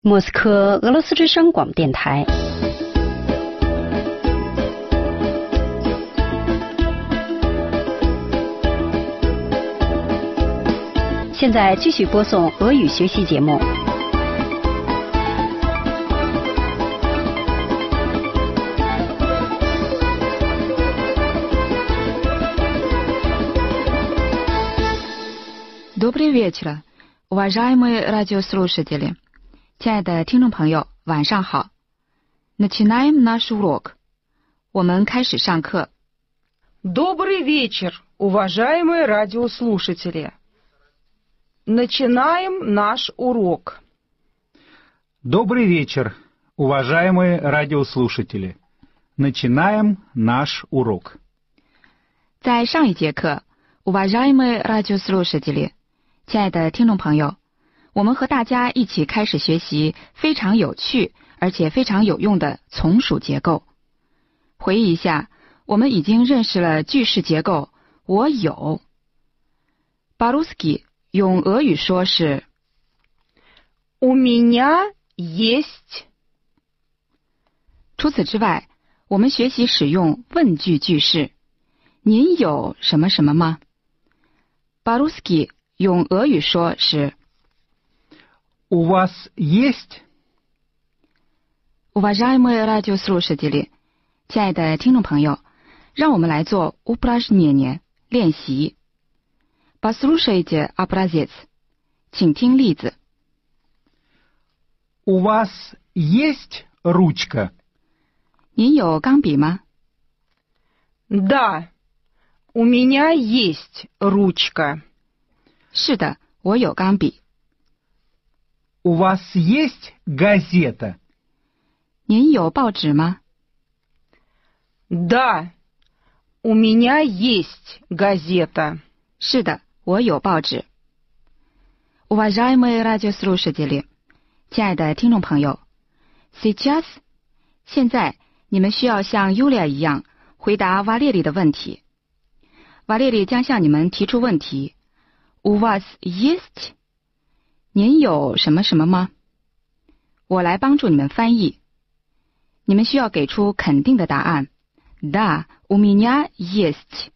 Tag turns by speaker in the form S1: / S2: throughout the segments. S1: 莫斯科俄罗斯之声广播电台。现在继续播送俄语学习节目。
S2: Добрый вечер, уважаемые радиослушатели，亲爱的听众朋友，晚上好。Начинаем наш урок，我们开始上课。
S3: Добрый вечер, уважаемые радиослушатели. Начинаем наш урок.
S4: Добрый вечер, уважаемые радиослушатели. Начинаем наш урок.
S2: 在上一节课，уважаемые радиослушатели，亲爱的听众朋友，我们和大家一起开始学习非常有趣而且非常有用的从属结构。回忆一下，我们已经认识了句式结构“我有 b a r u s k i 用俄语说是
S3: У меня есть. «。
S2: 除此之外，我们学习使用问句句式。您有什么什么吗 b a r u s k i 用俄语说是
S4: У вас есть?
S2: Уважаемые радиослушатели，亲爱的听众朋友，让我们来做 упражнение 练习。Послушайте образец，请听例子。
S4: У вас есть ручка?
S2: 您有钢笔吗？
S3: Да, у меня есть ручка.
S2: 是的，我有钢笔。
S4: У вас есть газета?
S2: 您有报纸吗？
S3: Да, у меня есть газета.
S2: 是的，我有报纸。Уважаемые радиослушатели，亲爱的听众朋友，сейчас，现在你们需要像 Yulia 一样回答瓦列里的问题。瓦列里将向你们提出问题：У вас есть？您有什么什么吗？我来帮助你们翻译。你们需要给出肯定的答案。Да, у меня есть。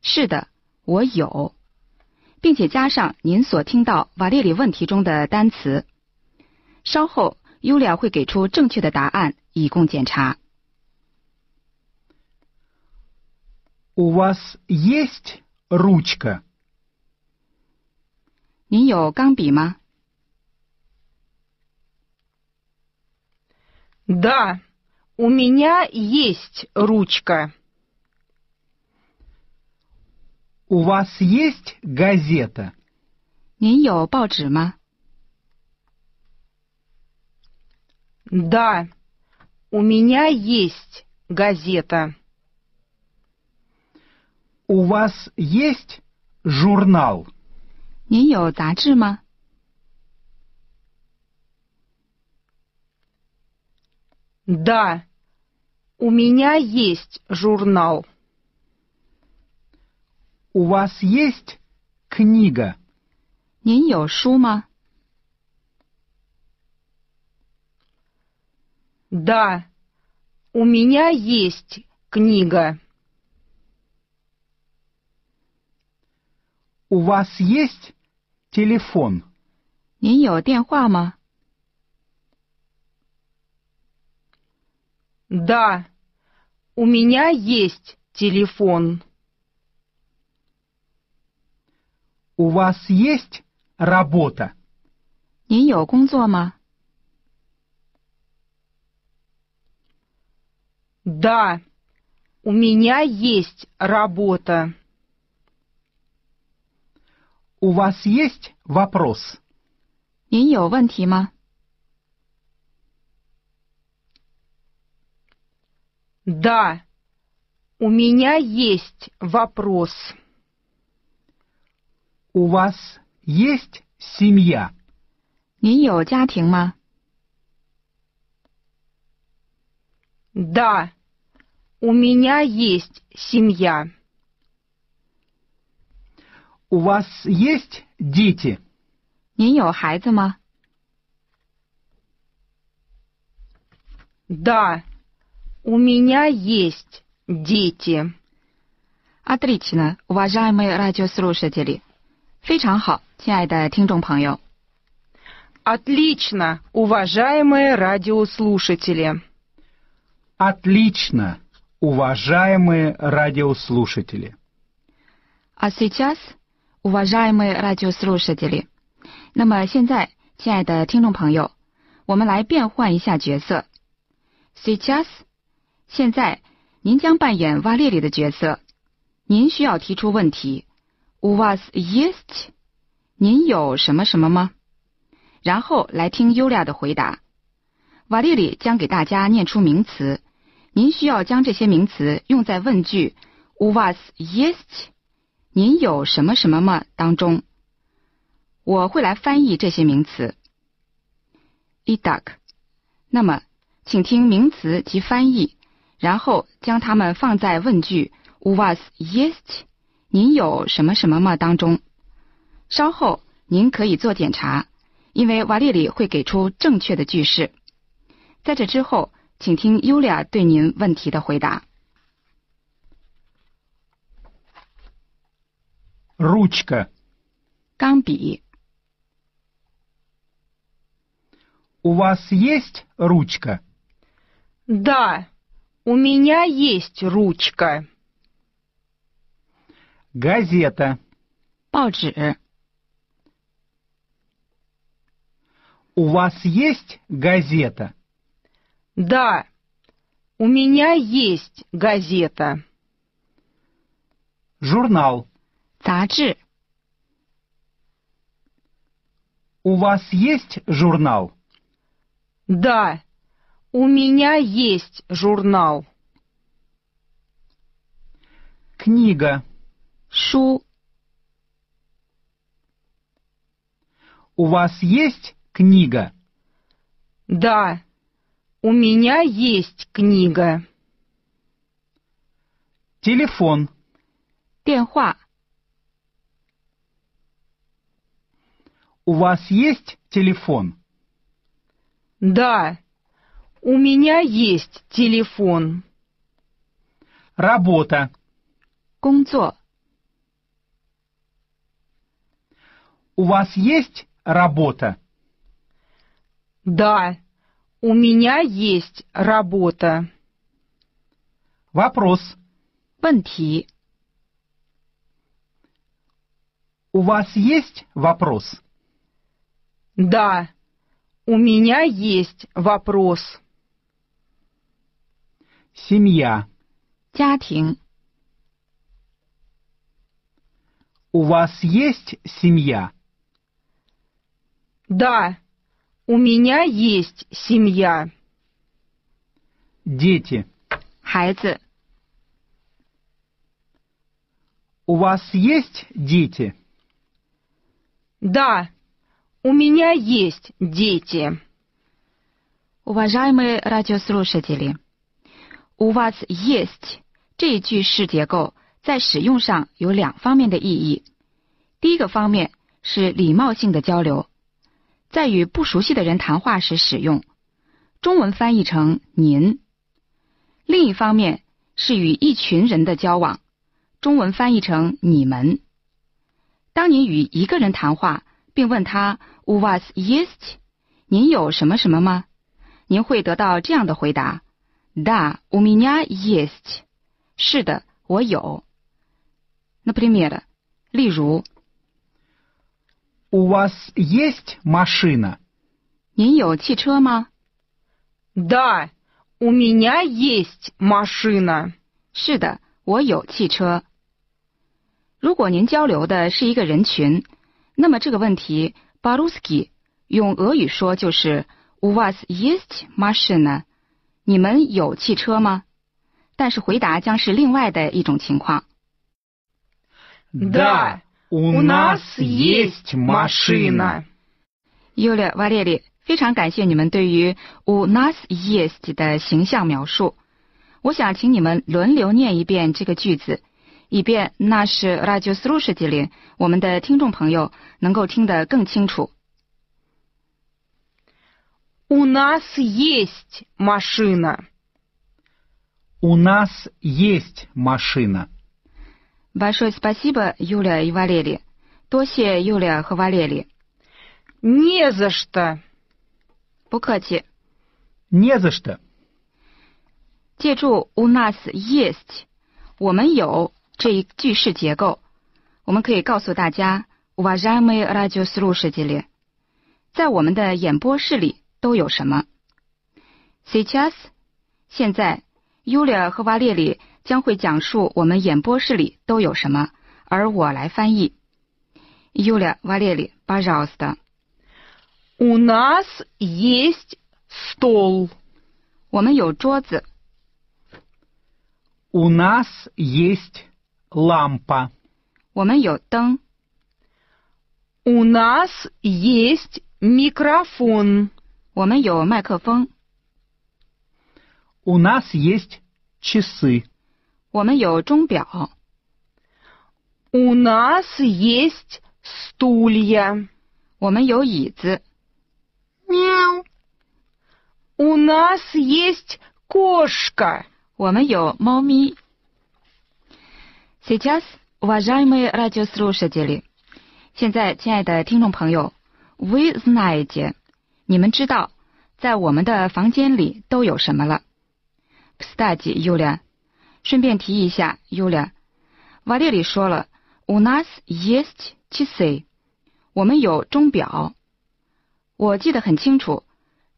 S2: 是的，我有，并且加上您所听到瓦列里问题中的单词。稍后，尤利亚会给出正确的答案以供检查。
S4: У вас есть ручка?
S2: 您有钢笔吗？
S3: Да, у меня есть ручка.
S4: У вас есть газета?
S2: 您有报纸吗？
S3: Да, у меня есть газета.
S4: У вас есть журнал?
S2: 您有杂志吗？
S3: Да, у меня есть журнал.
S4: У вас есть книга?
S2: 您有书吗？
S3: Да, у меня есть книга.
S4: У вас есть телефон?
S2: 您有电话吗？
S3: Да, у меня есть телефон.
S4: У вас есть работа?
S2: 您有工作吗？
S3: Да, у меня есть работа.
S4: У вас есть вопрос?
S2: 您有问题吗？
S3: Да, у меня есть вопрос.
S4: У вас есть семья?
S2: 您有家庭吗？
S3: Да, у меня есть семья.
S4: У вас есть дети?
S2: 您有孩子吗？
S3: Да, у меня есть дети.
S2: Отлично, уважаемые радиослушатели.非常好，亲爱的听众朋友。
S3: Отлично, уважаемые радиослушатели.
S4: Отлично, уважаемые радиослушатели.
S2: А сейчас, уважаемые радиослушатели，那么现在，亲爱的听众朋友，我们来变换一下角色。Сейчас，现在您将扮演瓦列里的角色，您需要提出问题。У вас есть？您有什么什么吗？然后来听优俩的回答。瓦列里将给大家念出名词，您需要将这些名词用在问句 “У вас есть？” 您有什么什么吗？当中，我会来翻译这些名词。Итак，那么请听名词及翻译，然后将它们放在问句 “У вас есть？” 您有什么什么吗？当中，稍后您可以做检查，因为瓦列里会给出正确的句式。在这之后，请听尤利亚对您问题的回答。
S4: Ручка.
S2: 钢笔，
S4: У вас есть ручка?
S3: Да, у меня есть ручка.
S4: Газета.
S2: 报纸，
S4: У вас есть газета?
S3: Да, у меня есть газета.
S4: Журнал.
S2: 杂志，
S4: У вас есть журнал?
S3: Да, у меня есть журнал.
S4: Книга.
S2: 书，
S4: У вас есть книга?
S3: Да, у меня есть книга.
S4: Телефон.
S2: 电话，
S4: У вас есть телефон?
S3: Да, у меня есть телефон.
S4: Работа.
S2: 工作，
S4: У вас есть работа?
S3: Да, у меня есть работа.
S4: Вопрос.
S2: 问题，
S4: У вас есть вопрос?
S3: Да, у меня есть вопрос.
S4: Семья.
S2: 家庭，
S4: У вас есть семья?
S3: Да, у меня есть семья.
S4: Дети.
S2: 孩子，
S4: У вас есть дети?
S3: Да, у меня есть дети.
S2: Уважаемые радиослушатели, у вас есть 这一句式结构在使用上有两方面的意义。第一个方面是礼貌性的交流，在与不熟悉的人谈话时使用，中文翻译成“您”；另一方面是与一群人的交往，中文翻译成“你们”。当您与一个人谈话，并问他 “У вас есть？” 您有什么什么吗？您会得到这样的回答：Да, у меня есть。是的，我有。Например，例如，
S4: У вас есть машина?
S2: 您有汽车吗？
S3: Да, у меня есть машина.
S2: 是的，我有汽车。如果您交流的是一个人群，那么这个问题 b a r u s k i 用俄语说就是 “У вас есть машина？” 你们有汽车吗？但是回答将是另外的一种情况。
S3: Да,
S4: у нас есть машина.
S2: Yulia v a l e r i 非常感谢你们对于 u nas есть 的形象描述。我想请你们轮流念一遍这个句子，以便那是 r a d i o s l u s h a t e l 我们的听众朋友能够听得更清楚。
S3: У нас есть машина.
S4: У нас есть машина.
S2: Большое спасибо, Юлия и Валерий. 多谢 Юлия 和 Валерий。
S3: Не за что.
S2: 不客气。
S4: Не за что.
S2: 借助 у нас есть 我们有这一句式结构，我们可以告诉大家 уважаемые радиослушатели，在我们的演播室里都有什么。Сейчас 现在 Юлия 和 Валерий 将会讲述我们演播室里都有什么，而我来翻译。Юля, Валерий, пожалуйста.
S3: У нас есть стол.
S2: 我们有桌子，
S4: У нас есть лампа.
S2: 我们有灯，
S3: У нас есть микрофон.
S2: 我们有麦克风，
S4: У нас есть часы.
S2: 我们有钟表，
S3: У нас есть стулья.
S2: 我们有椅子，
S3: У нас есть кошка.
S2: 我们有猫咪。Сейчас, уважаемые радиослушатели，现在，亲爱的听众朋友，Вы знаете，你们知道，在我们的房间里都有什么了？Кстати, Юля，顺便提一下，Юля，瓦列里说了，У нас есть часы，我们有钟表。我记得很清楚，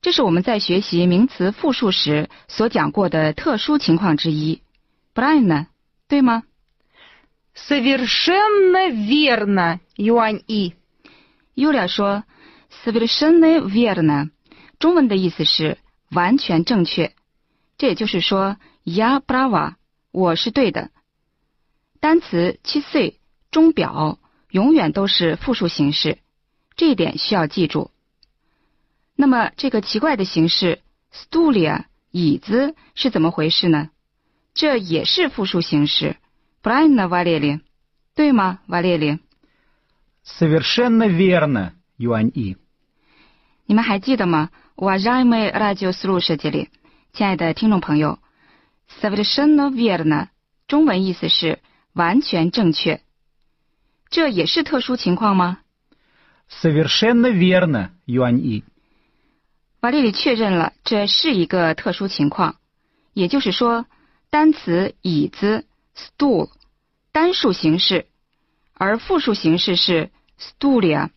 S2: 这是我们在学习名词复数时所讲过的特殊情况之一。Правильно，对吗？
S3: Совершенно верно, Юань И.
S2: Юля 说 “совершенно верно”，中文的意思是“完全正确”，这也就是说 “я права”，我是对的。单词“七岁”钟表永远都是复数形式，这一点需要记住。那么这个奇怪的形式 “stulia” 椅子是怎么回事呢？这也是复数形式 p r a v i n a Валерий”，对吗，Валерий？
S4: Совершенно верно, Юань И.
S2: 你们还记得吗？Уважаемые радиослушатели，亲爱的听众朋友，совершенно верно，中文意思是完全正确。这也是特殊情况吗？
S4: Совершенно верно, Юань И.
S2: 瓦列里确认了这是一个特殊情况，也就是说，单词椅子 stool 单数形式，而复数形式是 stoolia。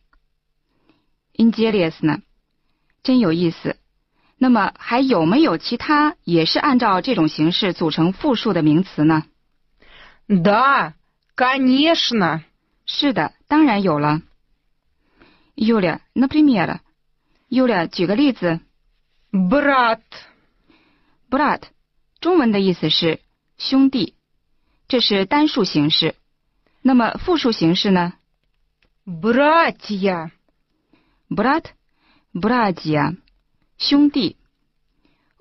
S2: ingelius 呢，真有意思。那么还有没有其他也是按照这种形式组成复数的名词呢？
S3: Да, конечно.
S2: 是的，当然有了。Юля, например, Юля 举个例子。
S3: Брат,
S2: brat，中文的意思是兄弟，这是单数形式。那么复数形式呢
S3: братья.
S2: ？brat братья，兄弟。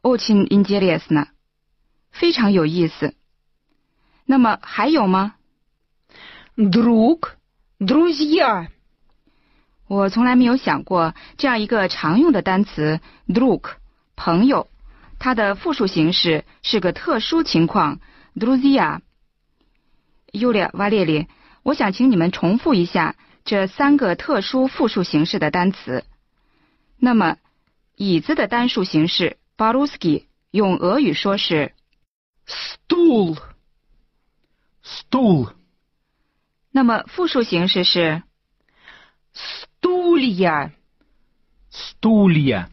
S2: очень интересно，非常有意思。那么还有吗？
S3: друг, друзья,
S2: 我从来没有想过这样一个常用的单词 “друг” 朋友，它的复数形式是个特殊情况 “друзья”。Юлия、瓦列里，我想请你们重复一下这三个特殊复数形式的单词。那么，椅子的单数形式 b a r u s k i 用俄语说是，
S3: стул,
S4: Стул,
S2: 那么复数形式是
S3: стулья,
S4: стулья,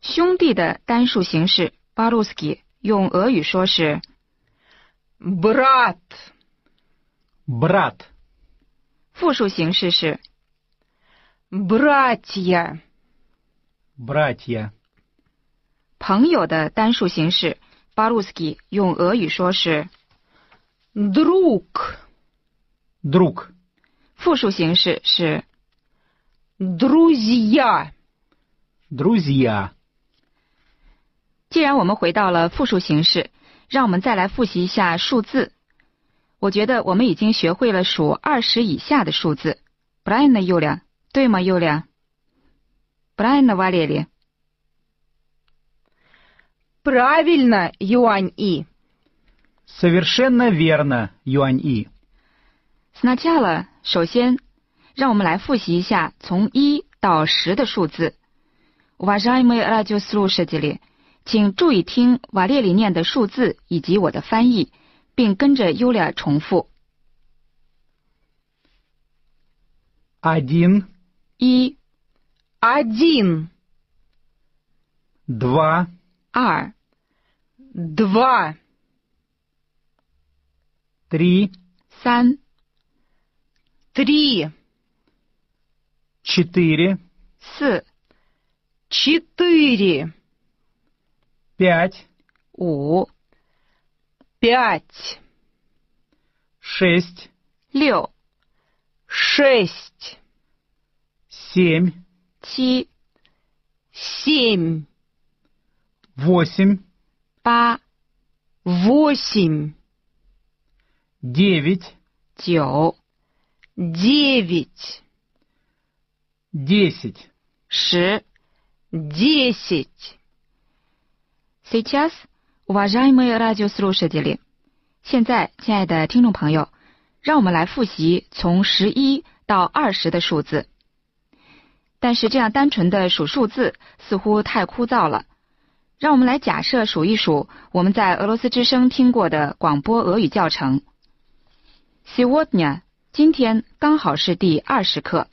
S2: 兄弟的单数形式 b a r u s k i 用俄语说是。
S3: брат,
S4: брат,
S2: 复数形式是
S3: братья,
S4: братья,
S2: 朋友的单数形式 b a r u s k i 用俄语说是
S3: друг,
S4: друг,
S2: 复数形式是
S3: друзья,
S4: друзья,
S2: 既然我们回到了复数形式，让我们再来复习一下数字。我觉得我们已经学会了数二十以下的数字。Brian 的 Yulia，对吗，Yulia？Brian 的 Valerie，
S3: Правильно, Юань И.
S4: Совершенно верно, Юань И.
S2: Сначала,首先，让我们来复习一下从一到十的数字。Уважаемые радиослушатели，请注意听瓦列里念的数字以及我的翻译，并跟着尤利亚重复：
S4: Один,
S2: 一、
S3: Один,
S4: два,
S2: 二、
S3: два,
S4: три,
S2: 三、
S3: три,
S4: четыре,
S2: 四、
S3: четыре,
S4: пять,
S2: 五、
S3: пять,
S4: шесть,
S2: 六、
S3: шесть,
S4: семь,
S2: 七、
S3: семь,
S4: восемь,
S2: 八、
S3: восемь,
S4: девять,
S2: 九、
S3: девять,
S4: десять.
S2: 十。
S3: десять.
S2: Сейчас, уважаемые радиослушатели，现在，亲爱的听众朋友，让我们来复习从十一到二十的数字。但是这样单纯的数数字似乎太枯燥了，让我们来假设数一数我们在俄罗斯之声听过的广播俄语教程。Сегодня，今天刚好是第二十课。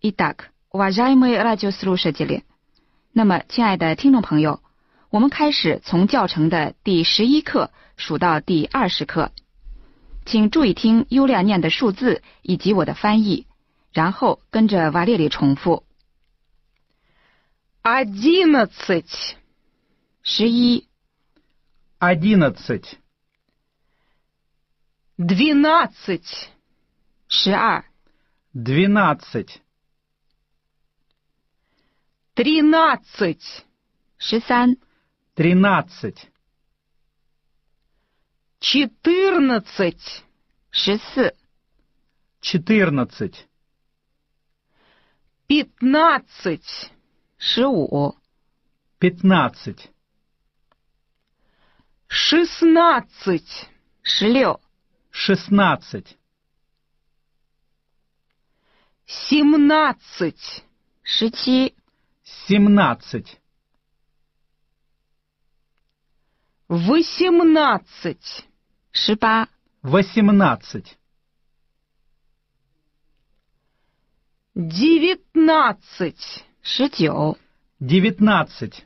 S2: Итак, уважаемые радиослушатели。那么，亲爱的听众朋友，我们开始从教程的第十一课数到第二十课，请注意听优亮念的数字以及我的翻译，然后跟着瓦列里重复：
S3: Одиннадцать,
S2: 十一、
S4: Одиннадцать,
S3: двенадцать,
S2: 十二、
S4: двенадцать,
S3: тринадцать,
S2: 十三、
S4: тринадцать,
S3: четырнадцать,
S2: 十四、
S4: четырнадцать,
S3: пятнадцать,
S2: 十五、
S4: пятнадцать,
S3: шестнадцать,
S2: 十六、
S4: шестнадцать,
S3: семнадцать,
S2: 十七、
S4: семнадцать,
S3: восемнадцать,
S2: 十八、
S4: восемнадцать,
S3: девятнадцать,
S2: 十九、
S4: девятнадцать,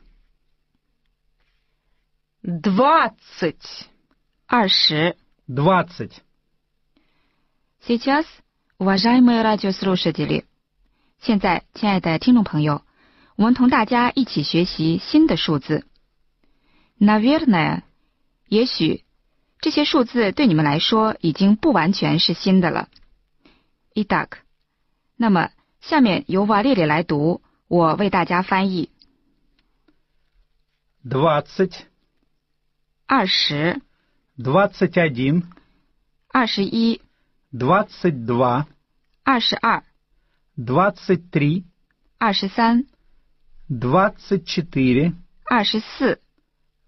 S3: двадцать,
S2: 二十。
S4: двадцать,
S2: Сейчас, уважаемые радиослушатели，现在，亲爱的听众朋友，我们同大家一起学习新的数字。Наверное，也许这些数字对你们来说已经不完全是新的了。Итак，那么下面由瓦列里来读，我为大家翻译：
S4: двадцать,
S2: 二十、
S4: двадцать один,
S2: 二十一、
S4: двадцать два,
S2: 二十二、
S4: двадцать три,
S2: 二十三、
S4: двадцать четыре,
S2: 二十四、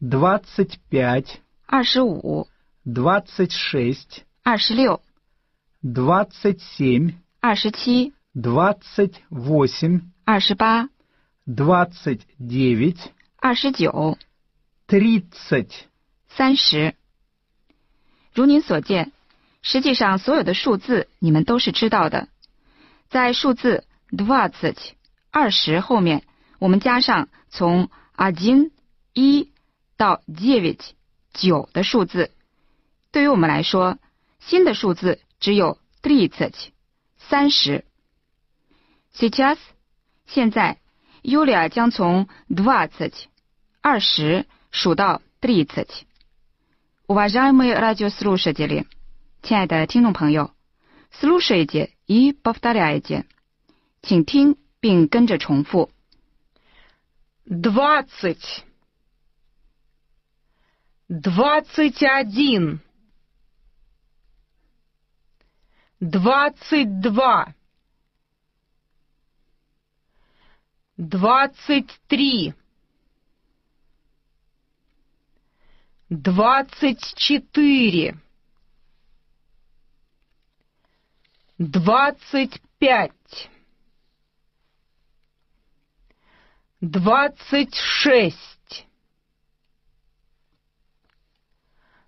S4: двадцать пять,
S2: 二十五、
S4: двадцать шесть,
S2: 二十六、
S4: двадцать семь,
S2: 二十七。
S4: двадцать восемь,
S2: 二十八、
S4: двадцать девять,
S2: 二十九、
S4: тридцать,
S2: 三十。如您所见，实际上所有的数字你们都是知道的。在数字 двадцать 二十后面，我们加上从 один 一到 девять 九的数字。对于我们来说，新的数字只有 тридцать 三十。Сейчас 现在，Yulia 将从 двадцать 二十数到 тридцать。Уважаемые радиослушатели，亲爱的听众朋友，слушайте и повторяйте，请听并跟着重复。
S3: двадцать, двадцать один, двадцать два, двадцать три, Двадцать четыре. Двадцать пять. Двадцать шесть.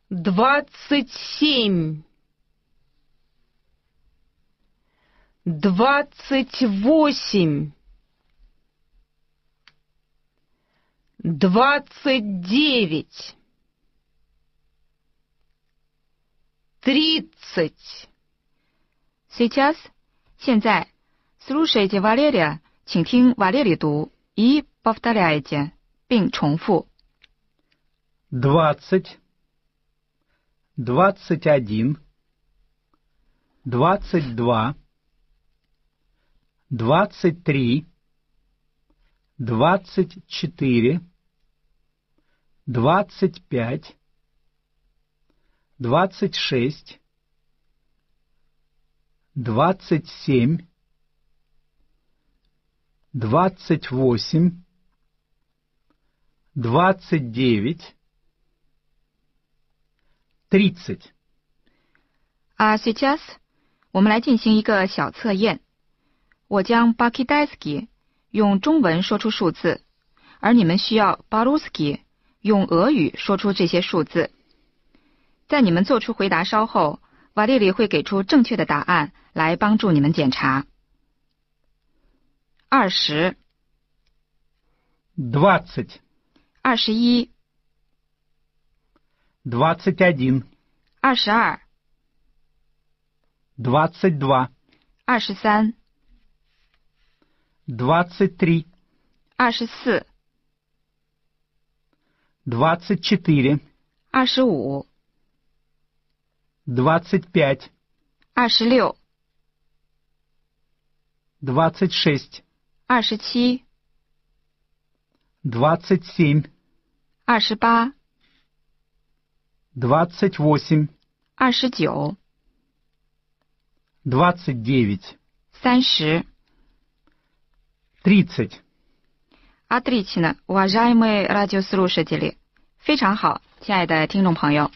S3: Двадцать семь. Двадцать восемь. Двадцать девять. Тридцать.
S2: Сейчас, 现在，слушайте Валерия，请听瓦列里读и повторяйте，并重复。
S4: двадцать, двадцать один, двадцать два, двадцать три, двадцать четыре, двадцать пять, двадцать шесть, двадцать семь, двадцать восемь, двадцать девять, тридцать.
S2: А 啊 сейчас 我们来进行一个小测验。我将 b a k i d a s k i 用中文说出数字，而你们需要 b a r u s k i 用俄语说出这些数字。在你们做出回答稍后，瓦列里会给出正确的答案来帮助你们检查。二十、
S4: двадцать,
S2: 二十一、
S4: двадцать один,
S2: 二十二、
S4: двадцать два,
S2: 二十三、
S4: двадцать три,
S2: 二十四、
S4: двадцать четыре,
S2: 二十五、
S4: двадцать пять,
S2: 二十六、
S4: двадцать шесть,
S2: 二十七、
S4: двадцать семь,
S2: 二十八、
S4: двадцать восемь,
S2: 二十九、
S4: двадцать девять,
S2: 三十。
S4: тридцать.
S2: Отлично, уважаемые радиослушатели. 非常好，亲爱的听众朋友。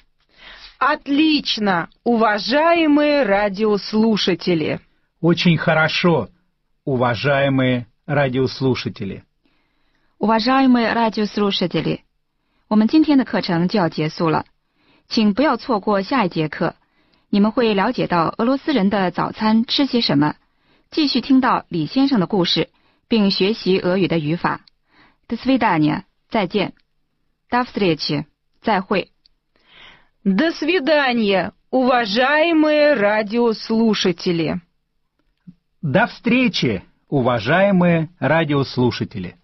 S3: Отлично, уважаемые радиослушатели.
S4: Очень хорошо, уважаемые радиослушатели.
S2: Уважаемые радиослушатели，我们今天的课程就要结束了，请不要错过下一节课。你们会了解到俄罗斯人的早餐吃些什么，继续听到李先生的故事，并学习俄语的语法。До свидания，再见。До встречи，再会。
S3: До свидания, уважаемые радиослушатели.
S4: До встречи, уважаемые радиослушатели.